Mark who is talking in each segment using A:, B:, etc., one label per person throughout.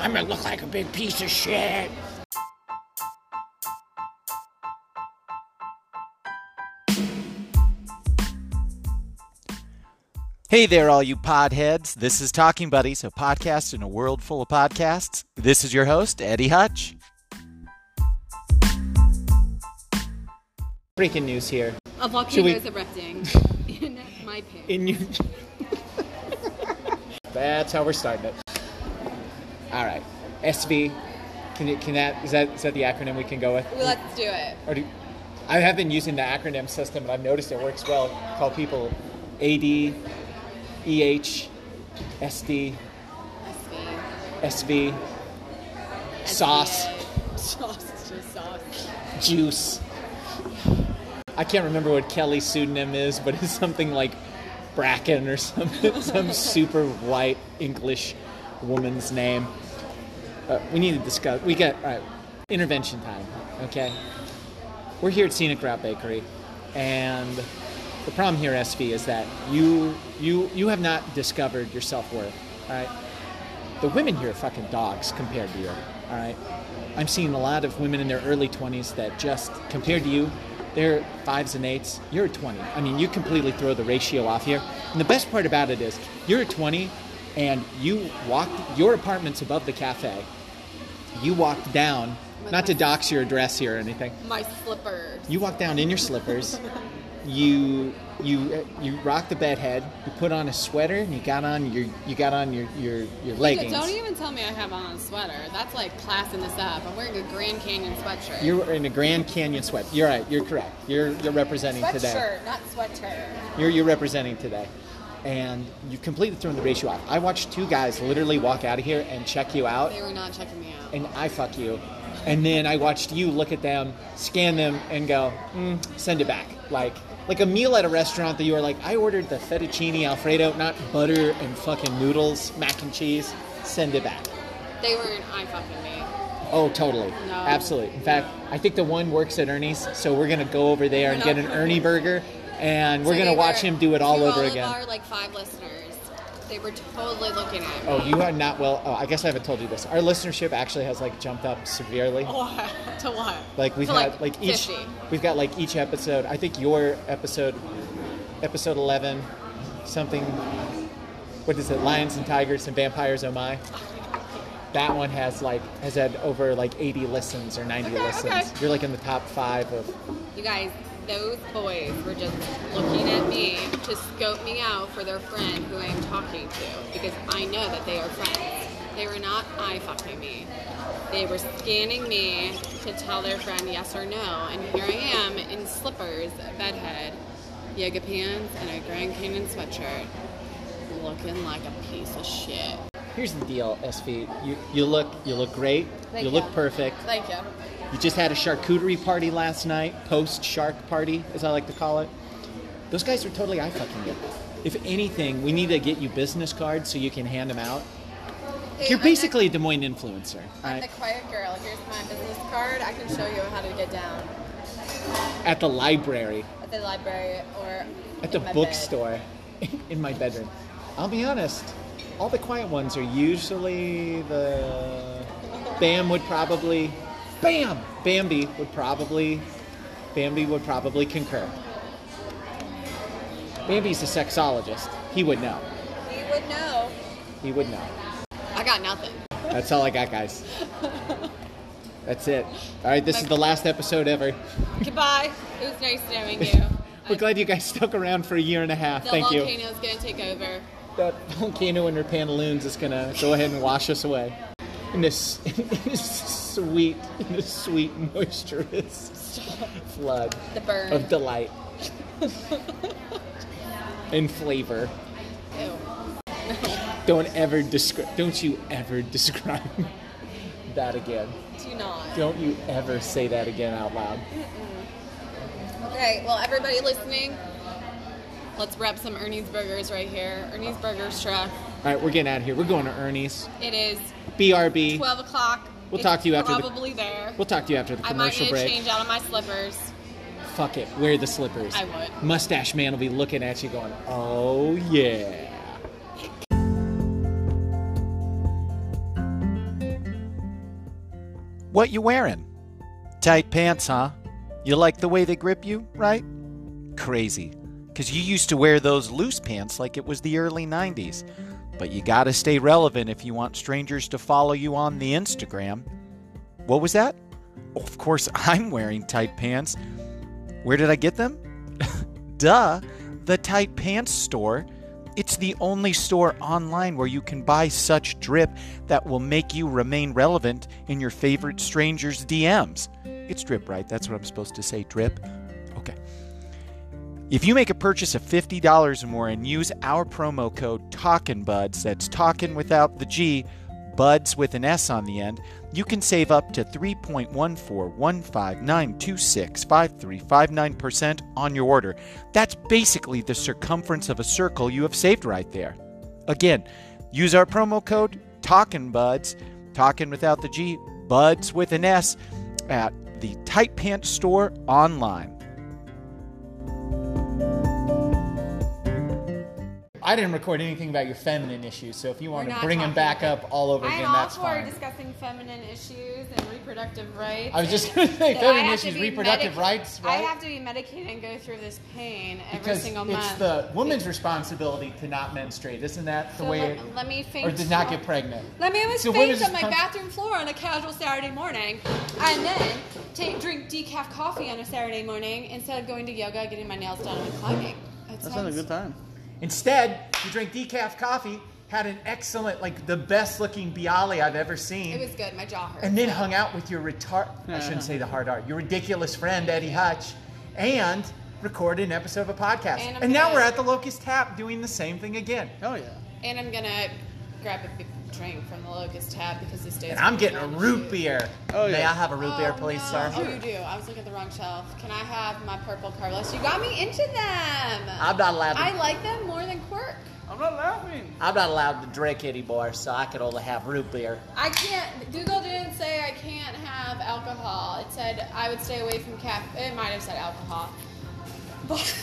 A: I'm gonna look like a big piece of shit.
B: Hey there, all you podheads. This is Talking Buddies, a podcast in a world full of podcasts. This is your host, Eddie Hutch.
C: Breaking news here.
D: A volcano
C: Should we-
D: is erupting in my pit.
C: In you. That's how we're starting it. All right. SV. Can you, can that is that is that the acronym we can go with?
D: well, let's do it.
C: Or do, I have been using the acronym system, and I've noticed it works well. Call people AD, EH, SD,
D: SV.
C: SV, sauce,
D: SVA. Sauce. Just sauce.
C: juice. I can't remember what Kelly's pseudonym is, but it's something like Bracken or some some super white English woman's name. Uh, we need to discuss. We got all right. Intervention time. Okay. We're here at Scenic Route Bakery, and the problem here, SV, is that you you you have not discovered your self worth. All right. The women here are fucking dogs compared to you. All right. I'm seeing a lot of women in their early 20s that just compared to you, they're fives and eights. You're a 20. I mean, you completely throw the ratio off here. And the best part about it is, you're a 20, and you walked your apartment's above the cafe. You walked down, not to dox your address here or anything.
D: My slippers.
C: You walk down in your slippers. you you uh, you rock the bed head. You put on a sweater and you got on your you got on your your, your
D: Yeah,
C: leggings.
D: Don't even tell me I have on a sweater. That's like classing this up. I'm wearing a Grand Canyon sweatshirt.
C: You're in a Grand Canyon sweat. You're right. You're correct. You're you're representing
D: sweatshirt,
C: today.
D: not sweater.
C: You're you're representing today, and you've completely thrown the ratio off. I watched two guys literally walk out of here and check you out,
D: They were not checking me out.
C: and I fuck you, and then I watched you look at them, scan them, and go mm, send it back. Like like a meal at a restaurant that you were like, I ordered the fettuccine alfredo, not butter and fucking noodles, mac and cheese. Send it back.
D: They weren't eye fucking me.
C: Oh, totally.
D: No.
C: Absolutely. In fact, I think the one works at Ernie's, so we're gonna go over there and
D: We're
C: get
D: not
C: an Ernie burger, and we're
D: So
C: gonna
D: they
C: watch
D: were-
C: him do it all
D: to
C: over
D: all
C: again.
D: Of our like five listeners. They were totally looking at me.
C: Oh, you are not well. Oh, I guess I haven't told you this. Our listenership actually has like jumped up severely.
D: What? to what?
C: Oh. Like we've
D: to
C: had
D: like,
C: like, each
D: 50.
C: we've got like each episode. I think your episode, episode eleven, something. What is it? Lions and tigers and vampires. Oh my. That one has like has had over like eighty listens or ninety
D: Okay,
C: listens.
D: okay.
C: You're like in the top five of
D: You guys, those boys were just looking at me to scope me out for their friend who I'm talking to because I know that they are friends. They were not eye fucking me. They were scanning me to tell their friend yes or no, and here I am in slippers, a bedhead, yoga pants, and a Grand Canyon sweatshirt, looking like a piece of shit.
C: Here's the deal, SV. You you look you look great.
D: Thank
C: you look
D: you.
C: perfect.
D: Thank you.
C: You just had a charcuterie party last night, post shark party, as I like to call it. Those guys are totally eye fucking you. If anything, we need to get you business cards so you can hand them out. You're basically a Des Moines influencer.
D: I'm
C: right?
D: the quiet girl. Here's my business card. I can show you how to get down.
C: At the library,
D: at the library or
C: at the
D: in my
C: bookstore, in my bedroom. I'll be honest, all the quiet ones are usually the. Bam would probably. Bam! Bambi would probably. Bambi would probably concur. Bambi's a sexologist. He would know.
D: Bed. He would know.
C: He would know.
D: I got nothing.
C: That's all I got, guys. That's it. All right, this is the last episode ever.
D: Goodbye. It was nice knowing you.
C: We're
D: I-
C: glad you guys stuck around for a year and a half.
D: the
C: Thank you.
D: volcano's gonna take over.
C: that volcano in her pantaloons is gonna go ahead and wash us away. In this, in this sweet, in this sweet, moisturous flood
D: The burn.
C: of delight and flavor.
D: Ew.
C: Don't ever describe. Don't you ever describe that again.
D: Do not.
C: Don't you ever say that again out loud.
D: Okay. Well, everybody listening, let's wrap some Ernie's Burgers right here. Ernie's Burgers truck.
C: All right, we're getting out of here. We're going to Ernie's.
D: It is
C: BRB.
D: 12 o'clock.
C: We'll
D: It's
C: talk to you after the-
D: Probably there.
C: We'll talk to you after the
D: I might
C: commercial
D: need
C: break.
D: to change out of my slippers.
C: Fuck it, wear the slippers.
D: I would.
C: Mustache man will be looking at you going, oh yeah.
B: What you wearing? Tight pants, huh? You like the way they grip you, right? Crazy. Because you used to wear those loose pants like it was the early 90s. But you gotta stay relevant if you want strangers to follow you on the Instagram. What was that? Of course, I'm wearing tight pants. Where did I get them? Duh, the tight pants store. It's the only store online where you can buy such drip that will make you remain relevant in your favorite stranger's DMs. It's drip, right? That's what I'm supposed to say, drip. Okay. If you make a purchase of $50 or more and use our promo code Talkin' Buds, that's Talkin' without the G, Buds with an S on the end, you can save up to 3.14159265359% on your order. That's basically the circumference of a circle you have saved right there. Again, use our promo code Talkin' Buds, Talkin' without the G, Buds with an S, at the Tight Pants store online.
C: I didn't record anything about your feminine issues, so if you want
D: We're
C: to
D: not
C: bring them
D: talking
C: back
D: about
C: up all over
D: I'm
C: again,
D: all
C: that's
D: for
C: fine.
D: discussing feminine issues and reproductive rights.
C: I was just
D: and
C: going to say,
D: that I
C: feminine
D: have to
C: issues,
D: be
C: reproductive
D: medic-
C: rights, right?
D: I have to be medicated and go through this pain every
C: because
D: single
C: it's
D: month.
C: the woman's responsibility to not menstruate, isn't that the
D: So
C: way?
D: let, let me faint.
C: or to not get
D: on-
C: pregnant.
D: Let me almost
C: So
D: faint
C: women's
D: on my
C: pun-
D: bathroom floor on a casual Saturday morning, and then take, drink decaf coffee on a Saturday morning instead of going to yoga, getting my nails done, and climbing. That
E: That sounds a good time.
C: Instead, you drank decaf coffee, had an excellent, like the best looking Bialy I've ever seen,
D: It was good. My jaw hurt.
C: and then hung out with your retard, I
D: Uh-huh.
C: shouldn't say the hard art, your ridiculous friend Eddie Hutch, and recorded an episode of a podcast.
D: And Oh. I'm
C: And, now
D: gonna-
C: we're at the Locust Tap doing the same thing again.
E: Hell yeah.
D: and I'm gonna grab a big drink from the Locust Tab because this day.
C: And I'm getting a root beer.
E: Oh, yeah.
C: May I have a root beer, please,
D: no.
C: sir?
D: Oh, you do. I was looking at the wrong shelf. Can I have my purple Carlos? You got me into them.
C: I'm not allowed. To,
D: I like them more than Quirk.
E: I'm not laughing.
C: I'm not allowed to drink anymore, so I could only have root beer.
D: I can't. Google didn't say I can't have alcohol. It said I would stay away from cap. It might have said alcohol, but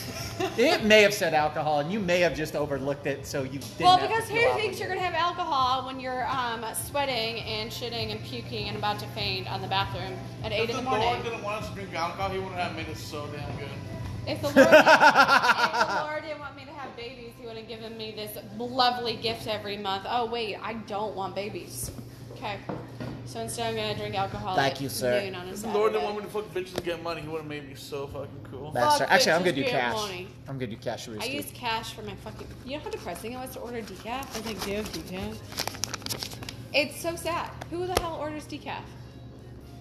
C: It may have said alcohol, and you may have just overlooked it, so you didn't.
D: well,
C: have to
D: because who
C: feel
D: thinks you're
C: obligated.
D: gonna have alcohol when you're um, sweating and shitting and puking and about to faint on the bathroom at eight in the morning?
E: Lord didn't want us to drink alcohol, he wouldn't have made it so damn good.
D: If the Lord, if the Lord didn't want me to have babies, He would have given me this lovely gift every month. Oh wait, I don't want babies. Okay, so instead I'm gonna drink alcohol.
C: Thank
D: at
C: you, sir.
D: noon on a
E: If the Lord didn't
D: Saturday.
E: want me to fuck bitches and get money, he would have made me so fucking cool.
C: That's
D: Fuck
C: right. Actually, I'm
D: bitches
C: gonna do
D: being
C: cash.
D: horny.
C: I'm gonna do cash
D: I
C: rooster.
D: used cash for my fucking. You know how depressing it was to order decaf? I was like, dude, decaf. It's so sad. Who the hell orders decaf?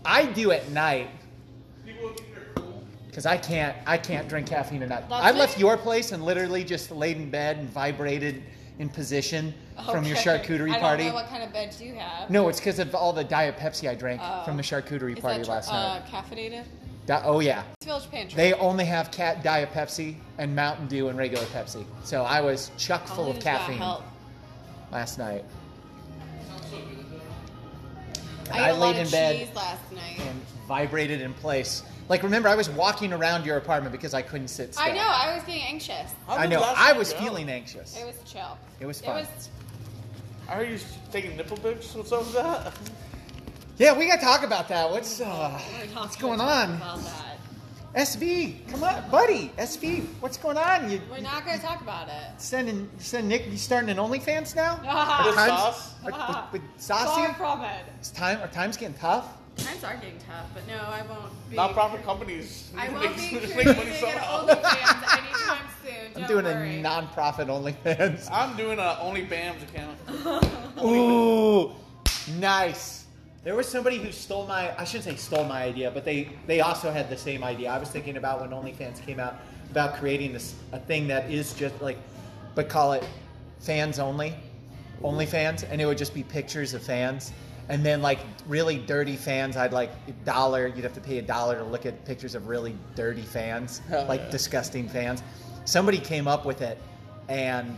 C: I do at night
E: People think they're cool.
C: because I can't. I can't drink caffeine at night.
D: That's
C: I
D: it?
C: left your place and literally just laid in bed and vibrated in position from your
D: Okay.
C: charcuterie
D: I
C: party.
D: don't know what kind of beds you have.
C: no, it's because of all the Diet Pepsi I drank
D: Oh.
C: from the charcuterie
D: Is
C: party
D: that,
C: last night.
D: Uh, caffeinated.
C: Di- oh yeah,
D: It's Village Pantry.
C: they only have cat Diet Pepsi and Mountain Dew and regular Pepsi. So I was chock
D: All
C: full of
D: these got
C: caffeine
D: help.
C: last night.
D: I,
C: I
D: ate a
C: laid
D: lot
C: in
D: of
C: bed
D: cheese last night.
C: and vibrated in place. Like remember, I was walking around your apartment because I couldn't sit still.
D: I know. I was getting anxious.
E: How
C: I
E: did
C: know.
E: last
C: I
E: night
C: was
E: go?
C: feeling anxious.
D: It was chill.
C: It was
D: It
C: fun.
D: was
E: I heard you was taking nipple pics. What's up with that?
C: Yeah, we gotta talk about that. What's uh,
D: we're not
C: what's
D: gonna
C: going
D: talk
C: on?
D: About that.
C: SV, come on, buddy. SV, what's going on? You
D: We're not going to talk about it.
C: sending you send Nick? You starting an OnlyFans now?
E: With
C: times-
E: sauce?
C: Are- with, with
D: Far
C: Saucy?
D: from it.
C: It's time. Are times getting tough?
D: Times are getting tough, but no, I won't be.
E: Nonprofit companies.
D: I
E: They
D: won't be
E: just
D: creating
E: make
D: an
E: money somehow.
D: OnlyFans anytime soon. Don't
C: I'm doing
D: worry.
C: a non-profit OnlyFans.
E: I'm doing an OnlyBams account.
C: Ooh, nice. There was somebody who stole my, I shouldn't say stole my idea, but they, they also had the same idea. I was thinking about when OnlyFans came out, about creating this, a thing that is just like, but call it fans only, OnlyFans, and it would just be pictures of fans. And then like really dirty fans, I'd like a dollar, you'd have to pay a dollar to look at pictures of really dirty fans,
E: Hell
C: like
E: yeah.
C: disgusting fans. Somebody came up with it and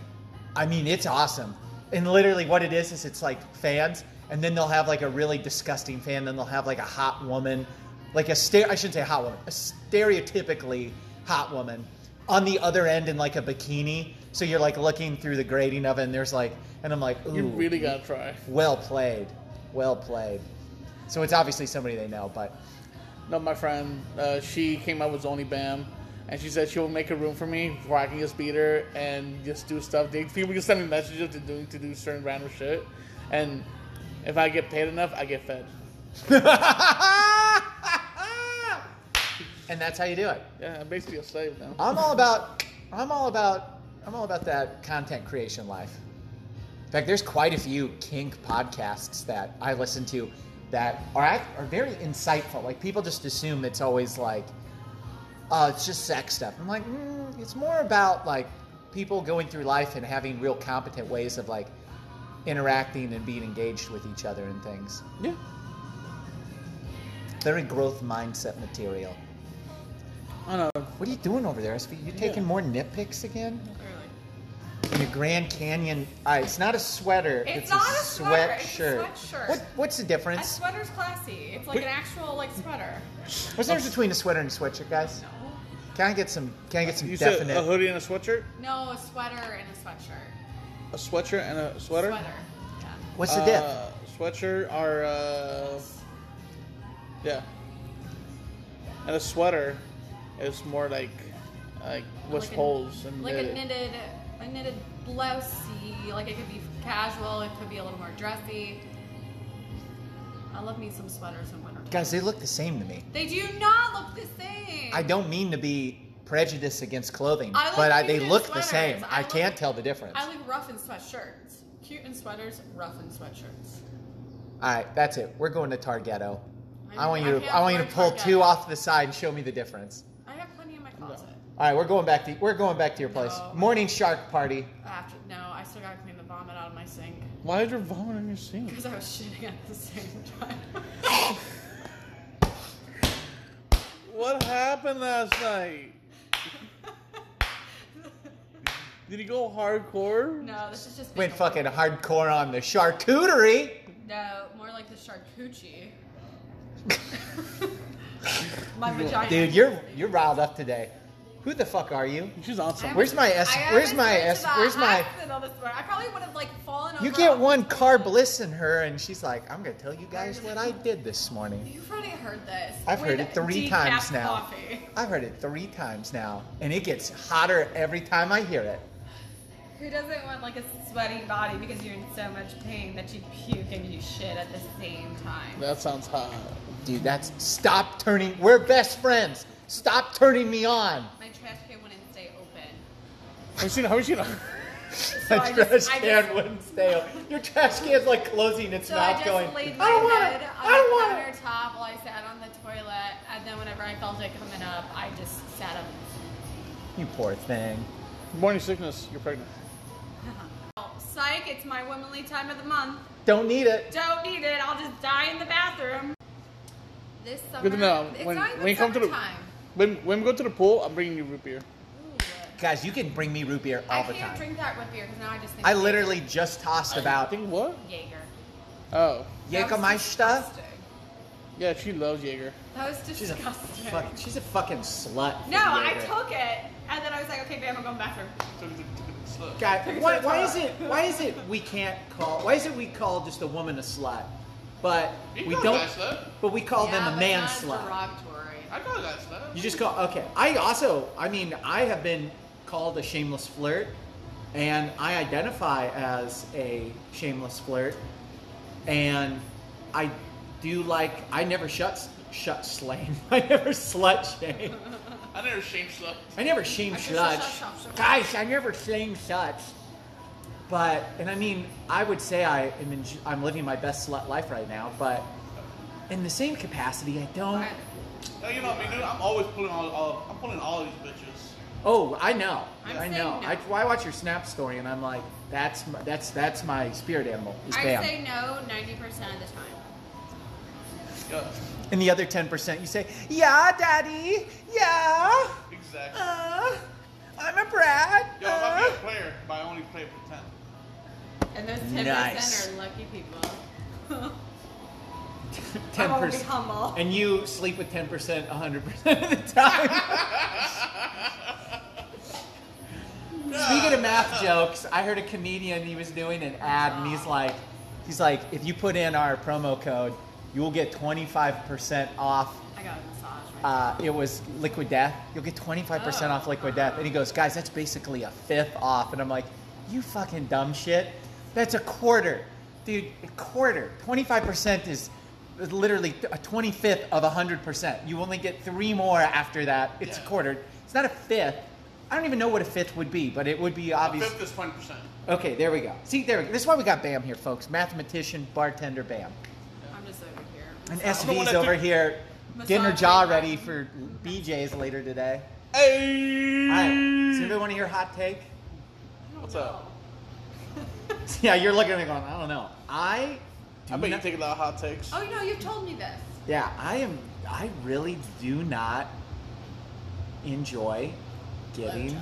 C: I mean, it's awesome. And literally, what it is is it's like fans, and then they'll have like a really disgusting fan, then they'll have like a hot woman, like a stere I shouldn't say hot woman, a stereotypically hot woman on the other end in like a bikini. So you're like looking through the grating of it, and there's like, and I'm like, ooh,
E: You really gotta try.
C: well played, well played. So it's obviously somebody they know, but
E: No, my friend, uh, she came up with Zoni Bam, and she said she'll make a room for me where I can just beat her and just do stuff. They, people just send me messages to do to do certain random shit, and if I get paid enough, I get fed.
C: and that's how you do it.
E: Yeah, I'm basically a slave now.
C: I'm all about I'm all about I'm all about that content creation life. In fact, there's quite a few kink podcasts that I listen to that are act- are very insightful. Like people just assume it's always like oh, it's just sex stuff. I'm like, mm, it's more about like people going through life and having real competent ways of like interacting and being engaged with each other and things.
F: Yeah.
C: Very growth mindset material.
E: I don't know.
C: What are you doing over there, SV? You taking more nitpicks again?
G: Early.
C: The Grand Canyon. All right, it's not a sweater.
D: It's
C: a,
D: not a sweater,
C: sweatshirt.
D: it's a sweatshirt.
C: What, what's the
D: A
C: difference?
D: sweater's classy. It's like an actual like sweater.
C: What's the difference between a sweater and a sweatshirt, guys? Can I get some? Can I get some
E: You said uh-huh.
C: definite?
E: a hoodie and a sweatshirt,
D: No, a sweater and a sweatshirt.
E: a sweatshirt and a sweater.
D: Sweater. Yeah.
C: what's the diff?
E: Uh, sweatshirt are uh, yeah, and a sweater is more like like with
D: Like a-
E: holes and
D: like a
E: knitted.
D: knitted, a knitted blousey. Like it could be casual. It could be a little more dressy. I love me some sweaters in winter.
C: Guys, they look the same to me.
D: They do not look the same.
C: I don't mean to be prejudiced against clothing,
D: I like
C: but I,
D: cute
C: they
D: in
C: look the
D: sweaters.
C: same. I,
D: I like-
C: can't tell the difference.
D: I like rough and sweatshirts. Cute in sweaters, rough in sweatshirts.
C: All right, that's it. We're going to Targetto. I,
D: I
C: want you.
D: know, I
C: To,
D: can't
C: I want you to
D: afford
C: pull two
D: Targetto.
C: off to the side and show me the difference.
D: I have plenty in my closet.
C: All right, we're going back to. We're going back to your place.
D: No.
C: Morning shark party.
D: After no, I still gotta clean the vomit out of my sink
E: Why is your vomit in your sink?
D: because I was shitting at the same time.
E: What happened last night? Did he go hardcore?
D: no, this is just being
C: Went
D: a-
C: fucking hardcore on the charcuterie.
D: No, more like the charcuterie. my vagina.
C: Dude, you're you're riled up today. Who the fuck are you?
E: She's on
D: I
E: something.
C: where's my S-
D: I
C: where's
D: almost
C: my
D: went to
C: S-
D: the
C: where's my-
D: hospital this morning. I probably would have like fallen.
C: You
D: over
C: get
D: on the
C: one carb
D: toilet.
C: bliss in her, and she's like, "I'm gonna tell you guys what I did this morning."
D: You've already heard this.
C: I've heard
D: With
C: it three
D: decaf
C: times now.
D: Coffee.
C: I've heard it three times now, and it gets hotter every time I hear it.
D: Who doesn't want like a sweaty body because you're in so much pain that you puke and you shit at the same time?
E: That sounds hot.
C: Dude, that's stop turning. We're best friends. Stop turning me on.
D: My trash can wouldn't stay open.
E: Have you seen? Have you seen?
D: So
C: My
D: I
C: trash
D: just- I
C: can
D: just-
C: wouldn't stay. open. Your trash can's like closing its
D: So I
C: mouth,
D: just
C: going.
D: laid my
C: I don't want
D: head
C: it.
D: on
C: I don't
D: the
C: want it.
D: countertop while I sat on the toilet, and then whenever I felt it coming up, I just sat up.
C: You poor thing.
E: Morning sickness. You're pregnant.
D: Oh, Psych, it's my womanly time of the month.
C: Don't need it.
D: Don't need it. I'll just die in the bathroom. This summer,
E: Good to know.
D: it's
E: When-
D: not even
E: when you come to the-
D: summertime.
E: When when we go to the pool, I'm bringing you root beer.
C: Guys, you can bring me root beer all
D: I
C: the
D: can't
C: time.
D: drink that root beer because now I just think
C: I literally just tossed
E: I
C: about
E: think what?
D: Jaeger.
E: Oh,
C: Jägermeister.
E: yeah. She loves Jaeger.
D: That was
C: She's a
D: disgusting.
C: fucking, she's a fucking slut. for
D: no, I
C: Jaeger.
D: took it, and then I was like, okay, babe, I'm going bathroom.
C: God, why, why is it? Why is it we can't call? Why is it we call just a woman a slut, but
E: You
C: we
E: call
C: don't?
E: a guy slut.
C: But we call
D: yeah,
C: them a
D: but
C: Oh, man
D: not
C: slut.
D: derogatory.
E: I call that stuff.
C: You just call. Okay. I also. I mean, I have been called a shameless flirt, and I identify as a shameless flirt, and I do like. I never shut shut slam. I never slut shame.
E: I never shame slut.
C: I never shame
D: Okay, so
C: such.
D: shut, shut, shut.
C: Guys, I never shame such. But and I mean, I would say I am. Enj- I'm living my best slut life right now. But in the same capacity, I don't.
D: I-
E: No, you know what I mean, dude. I'm always pulling all, all I'm pulling all these bitches.
C: Oh, I know.
D: I'm
C: I
D: saying
C: know.
D: no.
C: I, well, I watch your Snap story, and I'm like, that's my, that's that's my spirit animal. Is
D: I
C: Bam.
D: say no 90% of the time.
E: Yeah,
C: and the other ten percent, you say, yeah, daddy, yeah,
E: exactly.
C: uh, I'm a brat.
E: Yo, I'm
C: uh."
E: a player, but I only play for ten.
D: And those 10%
C: Nice.
D: are lucky people.
C: ten
D: I'm only
C: percent.
D: humble.
C: And you sleep with ten percent, hundred percent of the time. Speaking of math jokes, I heard a comedian he was doing an ad, and he's like, he's like, if you put in our promo code, you will get 25% off.
D: I got a massage. Right
C: Uh, it was Liquid Death. You'll get 25% off Liquid Death. And he goes, guys, that's basically a fifth off. And I'm like, you fucking dumb shit. That's a quarter. Dude, a quarter. 25% is literally a 25th of 100%. You only get three more after that. It's a quarter. It's not a fifth. I don't even know what a fifth would be, but it would be obvious.
E: Fifth is twenty percent.
C: Okay, there we go. See, there we go. This is why we got Bam here, folks. Mathematician, bartender, Bam.
D: I'm just over here.
C: And
E: I'm the one
C: SV's
E: that
C: over
E: took-
C: here, dinner
D: Massage
C: jaw
D: therapy.
C: ready for BJ's later today.
E: Hey,
C: All right, does anybody want to hear hot take?
E: what's up?
C: yeah, you're looking at me going, I don't know. I, do
E: I bet you
C: not-
E: take a lot of hot takes.
D: Oh no, you've told me this.
C: yeah, I am. I really do not enjoy getting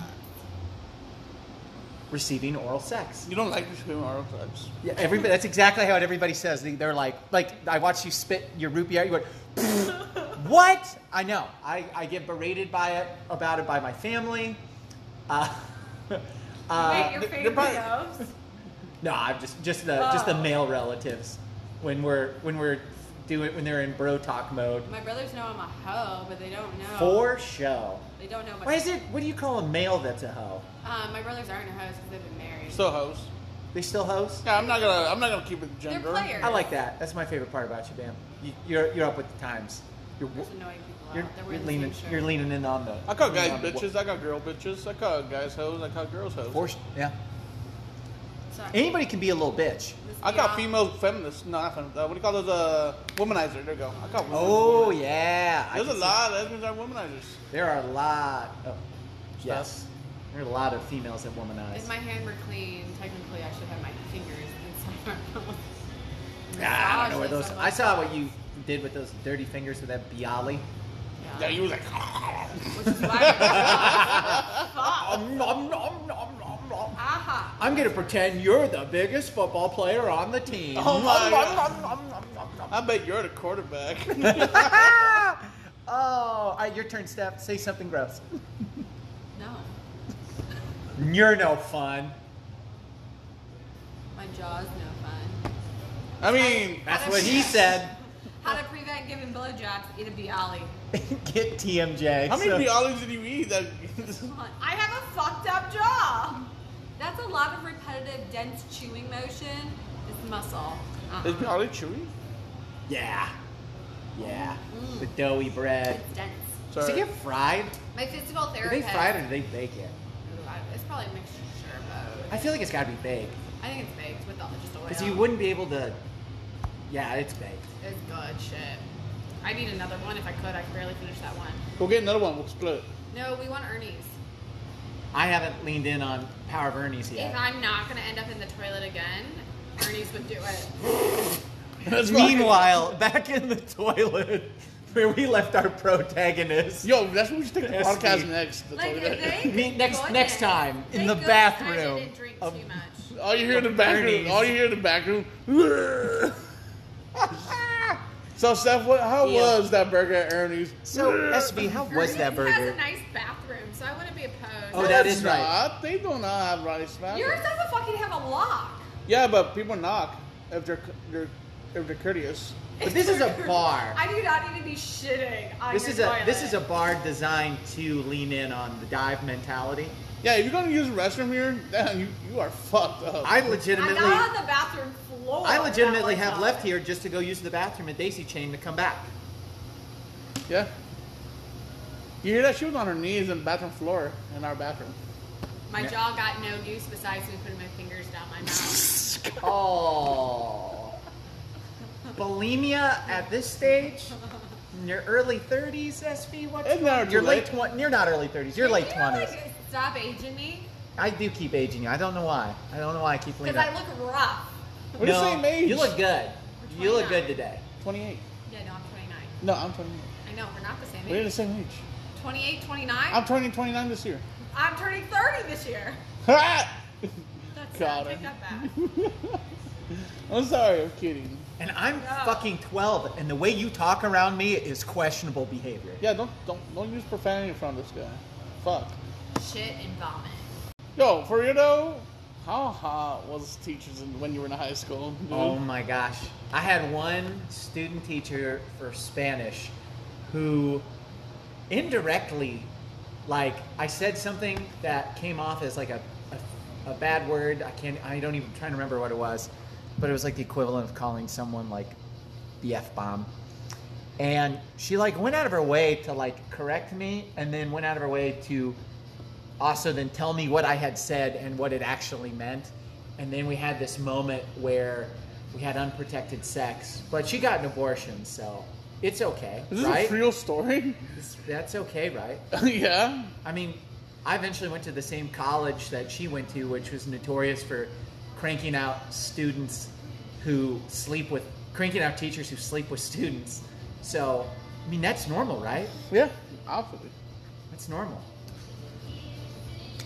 C: receiving oral sex.
E: You don't like between our types.
C: Yeah, everybody. That's exactly how it, everybody says. They, they're like, like I watched you spit your root beer. You went, what? I know. I, I get berated by it about it by my family. Uh, uh,
D: Wait, your
C: th-
D: favorite
C: probably-
D: elves?
C: no, I'm just just the just the
D: Oh.
C: male relatives when we're when we're doing when they're in bro talk mode
D: My brothers know I'm a hoe, but they don't know.
C: for show.
D: They don't know. My,
C: Why is it? What do you call a male that's a hoe?
D: Uh, my brothers aren't hoes because they've been married.
E: Still hoes.
C: They still hoes?
E: Yeah, I'm not gonna. I'm not gonna keep it
D: they're
E: gender.
D: players.
C: I like that. That's my favorite part about you, Bam. You, you're you're up with the times. You're
D: There's annoying people
C: You're,
D: out. They're
C: you're
D: wearing the
C: leaning.
D: same shirt.
C: You're leaning in on the.
E: I call
C: leaning
E: guys
C: on the wo-
E: bitches. I call girl bitches. I call guys hoes. I call girls hoes.
C: Forced. Yeah.
D: Sorry.
C: Anybody can be a little bitch.
D: This
E: I
D: beyond-
E: call female feminists. No, not feminists. Uh, what do you call those? Uh, womanizer. There you go. I call. women-
C: Oh yeah. I
E: There's a
C: can see-
E: lot of lesbians that are womanizers.
C: There are a lot of. Yes. Oh, There are a lot of females that womanize.
D: If my hand were clean, technically I should have my fingers inside my mouth.
C: Ah, I don't know where
D: Massages,
C: those.
D: I'm
C: I
D: like-
C: saw what you did with those dirty fingers with that bialy.
D: Yeah.
E: Yeah, you was like.
D: Which is why I Fuck.
C: Om nom nom nom nom nom.
D: Aha.
C: I'm gonna pretend you're the biggest football player on the team.
E: Oh my
C: Nom, nom, nom, nom, nom, nom.
E: I bet you're the quarterback.
C: oh, all right, your turn, Steph. Say something gross.
D: No.
C: You're no fun.
D: My jaw's no fun.
E: I mean,
C: That's what he said.
D: How to prevent giving blowjobs, eat a bialy.
C: Get TMJ.
E: how many
C: So-
E: biologies did you eat? That
D: Come on. I have a fucked up jaw. That's a lot of repetitive, dense chewing motion. It's muscle.
E: is
D: Uh-uh.
E: biology chewy?
C: Yeah. Yeah. The doughy bread.
D: It's dense.
C: Does it
E: Sorry.
C: get fried?
D: My physical
C: Do
D: therapist.
C: they fry it or do they bake it?
D: Ooh, I- It's probably a mixture of both.
C: I feel like it's gotta be baked.
D: I think it's baked with all, just oil.
C: Because you wouldn't be able to. Yeah, it's baked.
D: It's good shit. I need another one if I could. I could barely finish that one.
E: We'll get another one. We'll split it.
D: No, we want Ernie's.
C: I haven't leaned in on Power of Ernie's yet.
D: If I'm not gonna end up in the toilet again, Ernie's would do it.
E: That's
C: Meanwhile, back in the toilet where we left our protagonist.
E: Yo, that's what we should take the
C: Yes,
E: podcast
C: we-
E: next. the
D: Like
E: toilet.
D: if they
C: Meet next-
D: could-
C: next time in
D: they
C: the
D: could-
C: bathroom
D: I didn't drink
C: of-
D: too much.
E: All you hear in the back room.
C: Bernie's.
E: All you hear in the back room. so, Steph, what, how
C: Yeah.
E: was that burger at Ernie's?
C: So, SV, how was that
D: Ernie's Has
C: burger?
D: a nice bathroom, so I wouldn't be opposed.
C: Oh, that is
E: It's
C: right.
E: Not. They do not have rice back.
D: Yours doesn't fucking have a lock.
E: Yeah, but people knock if they're they're if they're courteous.
C: But this is a bar.
D: I do not need to be shitting on
C: This
D: your
C: is a
D: toilet.
C: this is a bar designed to lean in on the dive mentality.
E: Yeah, if you're gonna use the restroom here, damn, you you are fucked up.
C: I
D: I'm
C: legitimately
D: not on the bathroom floor.
C: I legitimately
D: That
C: have
D: one's
C: left
D: not.
C: here just to go use the bathroom at Daisy Chain to come back.
E: yeah. You hear that? She was on her knees on the bathroom floor in our bathroom.
D: My
C: Yeah.
D: jaw got no use besides me putting my fingers down my mouth.
C: Oh. Bulimia at this stage? In your early 30s, SV? What's
E: Isn't that
C: wrong? You're late
E: late?
C: 20s. You're not early 30s. You're late
D: You know,
C: 20s.
D: like, stop aging me
C: I do keep aging you. I don't know why. I don't know why I keep
D: because
C: leaning.
D: I
C: up.
D: look rough.
E: We're
C: No,
E: the same age.
C: You look good.
D: We're
C: You look
D: 29.
C: good today.
E: 28.
D: Yeah, no, I'm 29.
E: No, I'm 29.
D: I know we're not the same
E: We're the
D: age.
E: same age.
D: 28, 29.
E: I'm turning 29 this year.
D: I'm turning 30 this year. That's
E: Got
D: not, take
E: it.
D: that back.
E: I'm sorry, I'm kidding.
C: And I'm
D: Yeah.
C: fucking 12, and the way you talk around me is questionable behavior.
E: Yeah, don't don't don't use profanity in front of this guy. Fuck.
D: Shit and vomit.
E: Yo, for real though, How hot was teachers in, when you were in high school? dude?
C: Oh my gosh. I had one student teacher for Spanish who indirectly, like, I said something that came off as like a, a, a bad word. I can't, I don't even try to remember what it was, but it was like the equivalent of calling someone like the F bomb. And she like went out of her way to like correct me and then went out of her way to also then tell me what I had said and what it actually meant. And then we had this moment where we had unprotected sex, but she got an abortion, so it's okay,
E: Is this
C: right?
E: a real story?
C: It's- That's okay, right?
E: yeah.
C: I mean, I eventually went to the same college that she went to, which was notorious for cranking out students who sleep with cranking out teachers who sleep with students. So, I mean, that's normal, right?
E: Yeah. Absolutely.
C: That's normal.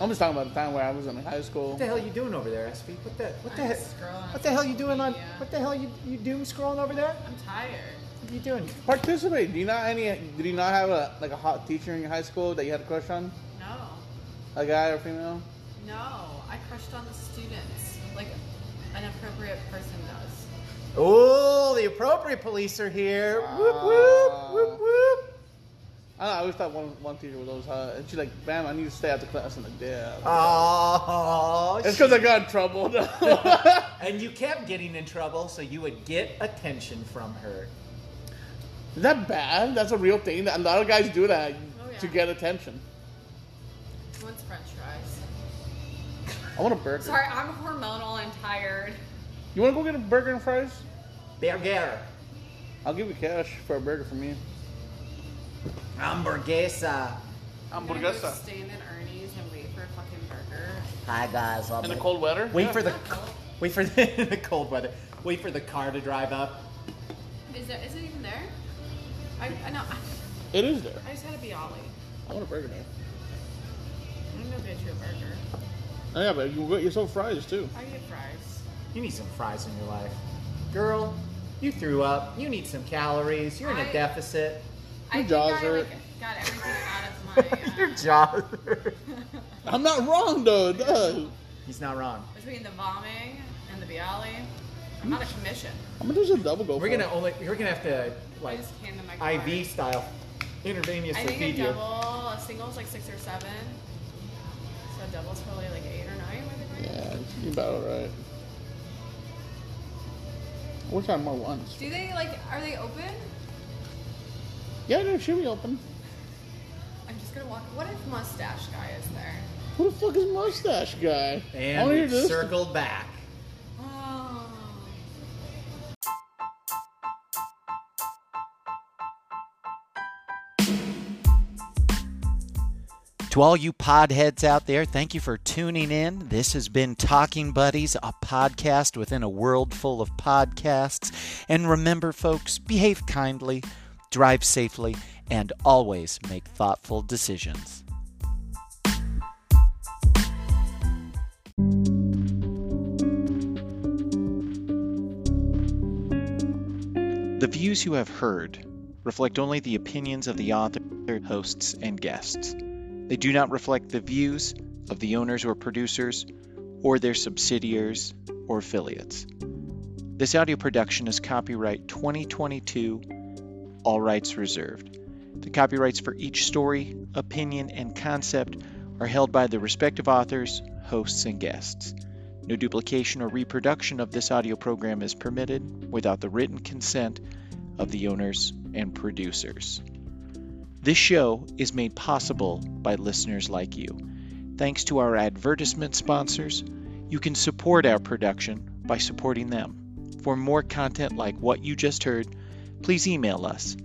E: I'm just talking about the time where I was in high school.
C: What the hell you doing over there, SP? What the what the
D: I'm
C: he-
D: scrolling
C: What the hell you doing on?
D: media.
C: What the hell you you doom scrolling over there?
D: I'm tired.
C: What are you doing?
E: Participate. Do you not any? Did you not have a like a hot teacher in your high school that you had a crush on?
D: No,
E: A guy or female?
D: no. I crushed on the students like an appropriate person does.
C: Oh, the appropriate police are here. Whoop whoop whoop whoop.
E: I, don't know, I always thought one one teacher was always hot, and she's like, "Bam, I need to stay after class." I'm like, "Yeah."
C: Ah, Oh,
E: it's because I got in trouble.
C: And you kept getting in trouble, so you would get attention from her.
E: Is that bad? That's a real thing. A lot of guys do that
D: Oh, yeah.
E: to get attention.
D: Who wants French fries?
E: I want a burger.
D: Sorry, I'm hormonal. I'm tired.
E: You want to go get a burger and fries?
C: Burger.
E: I'll give you cash for a burger for me.
C: Hamburguesa.
E: I'm
D: I'm gonna go stand in Ernie's and wait for a fucking burger.
C: Hi guys. I'm
E: In the
C: gonna-
E: cold weather?
C: Wait
E: Yeah.
C: for the wait for the, the cold weather. Wait for the car to drive up.
D: Is there? Is it even there? I, I know. I,
E: It is there.
D: I just had a bialy.
E: I want a burger there.
D: I'm gonna go get you a burger.
E: Oh, yeah, but you can get yourself fries too.
D: I get fries.
C: You need some fries in your life, girl. You threw up. You need some calories. You're in a
D: I-
C: deficit.
D: I think
E: jaws
D: I
E: hurt.
D: like, got everything out of my
C: Your
D: uh,
C: jaw.
E: I'm not wrong though. duh.
C: He's not wrong.
D: between the bombing and the bialy. I'm out of commission.
E: I'm gonna do some double go.
C: We're
E: for
C: gonna
E: it.
C: only. You're gonna have to
D: I
C: like
D: just came to my car.
C: IV style, intravenously
D: I think
C: feed
D: a
C: you.
D: double, a single is like six or seven. So a double's probably like eight or nine. I think. right?
E: Yeah, you about right. I wish I had more ones.
D: Do they like? Are they open?
E: Yeah, no, should be open.
D: I'm just gonna walk. What if mustache guy is there?
E: Who the fuck is mustache guy? I
C: And
E: wanna hear
C: we've
E: this.
C: circled back.
D: Oh.
B: To all you podheads out there, thank you for tuning in. This has been Talking Buddies, a podcast within a world full of podcasts. And remember, folks, behave kindly, drive safely, and always make thoughtful decisions. The views you have heard reflect only the opinions of the author, hosts, and guests. They do not reflect the views of the owners or producers or their subsidiaries or affiliates. This audio production is copyright 2022, all rights reserved. The copyrights for each story, opinion, and concept are held by the respective authors, hosts, and guests. No duplication or reproduction of this audio program is permitted without the written consent of the owners and producers. This show is made possible by listeners like you. Thanks to our advertisement sponsors, you can support our production by supporting them. For more content like what you just heard, please email us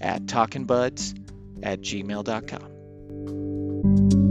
B: at talkinbuds at gmail.com.